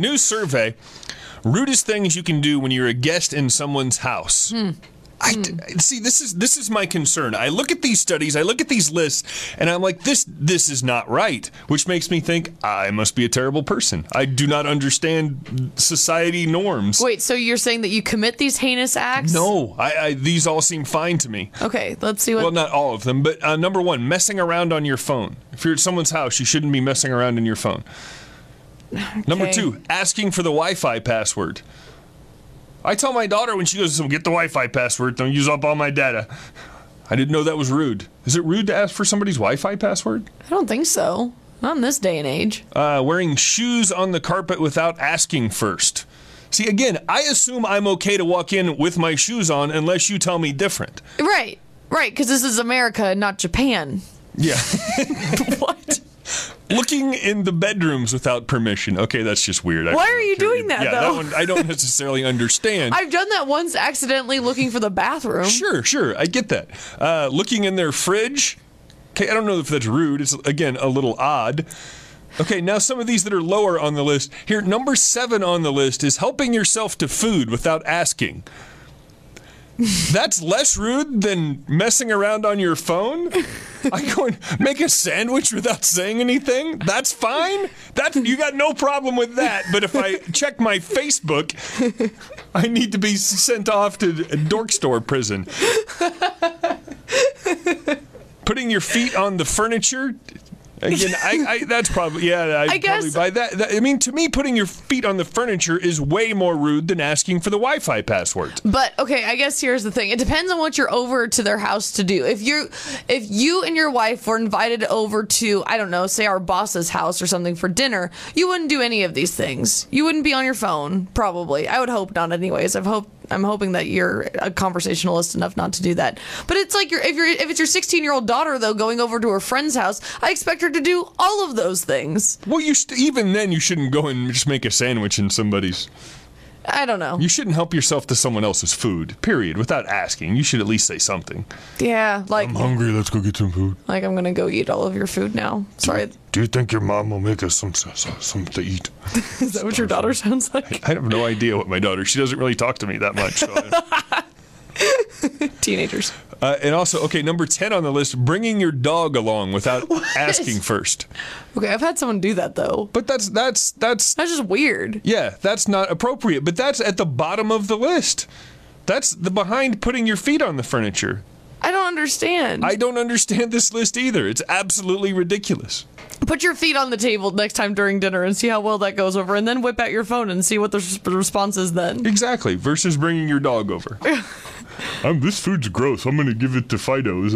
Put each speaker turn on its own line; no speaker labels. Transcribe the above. New survey: rudest things you can do when you're a guest in someone's house. I see. This is this is my concern. I look at these studies, I look at these lists, and I'm like, this this is not right. Which makes me think I must be a terrible person. I do not understand society norms.
Wait, so you're saying that you commit these heinous acts?
No, I, I these all seem fine to me.
Okay, let's see what.
Well, not all of them, but uh, number one, messing around on your phone. If you're at someone's house, you shouldn't be messing around on your phone. Number
Okay.
two, asking for the Wi Fi password. I tell my daughter when she goes, "So get the Wi Fi password, don't use up all my data. I didn't know that was rude. Is it rude to ask for somebody's Wi Fi password?
I don't think so. Not in this day and age.
Uh, wearing shoes on the carpet without asking first. See, again, I assume I'm okay to walk in with my shoes on unless you tell me different.
Right, right, because this is America, not Japan.
Yeah.
What?
Looking in the bedrooms without permission. Okay, that's just weird. I
Why
don't
are you
care.
doing that,
Yeah,
though?
that one I don't necessarily understand.
I've done that once accidentally looking for the bathroom.
Sure, sure, I get that. Uh, looking in their fridge. Okay, I don't know if that's rude. It's again a little odd. Okay, now some of these that are lower on the list. Here, number seven on the list is helping yourself to food without asking. That's less rude than messing around on your phone. I go and make a sandwich without saying anything. That's fine. That you got no problem with that. But if I check my Facebook, I need to be sent off to dork store prison. Putting your feet on the furniture. Again, I, I, that's probably yeah. I,
I guess-
probably buy that. that. I mean, to me, putting your feet on the furniture is way more rude than asking for the Wi-Fi password.
But okay, I guess here's the thing. It depends on what you're over to their house to do. If you if you and your wife were invited over to, I don't know, say our boss's house or something for dinner, you wouldn't do any of these things. You wouldn't be on your phone, probably. I would hope not anyways. I've hope I'm hoping that you're a conversationalist enough not to do that. But it's like your if you're if it's your 16-year-old daughter though going over to her friend's house, I expect her to do all of those things.
Well, you st- even then you shouldn't go and just make a sandwich in somebody's.
I don't know.
You shouldn't help yourself to someone else's food. Period. Without asking, you should at least say something.
Yeah, like
Hungry? Let's go get some food.
like I'm going to go eat all of your food now. Sorry.
Do you think your mom will make us some some to eat?
Is that what your daughter sounds like?
I have no idea what my daughter. She doesn't really talk to me that much. so I-
Teenagers.
uh, and also, okay, number ten on the list: bringing your dog along without asking first.
Okay, I've had someone do that though.
But that's that's that's
That's just weird.
yeah, that's not appropriate. But that's at the bottom of the list. That's the behind putting your feet on the furniture.
I don't understand.
I don't understand this list either. It's absolutely ridiculous.
Put your feet on the table next time during dinner and see how well that goes over, and then whip out your phone and see what the res- response is then.
Exactly. Um, Versus bringing your dog over. this food's gross. I'm going to give it to Fido.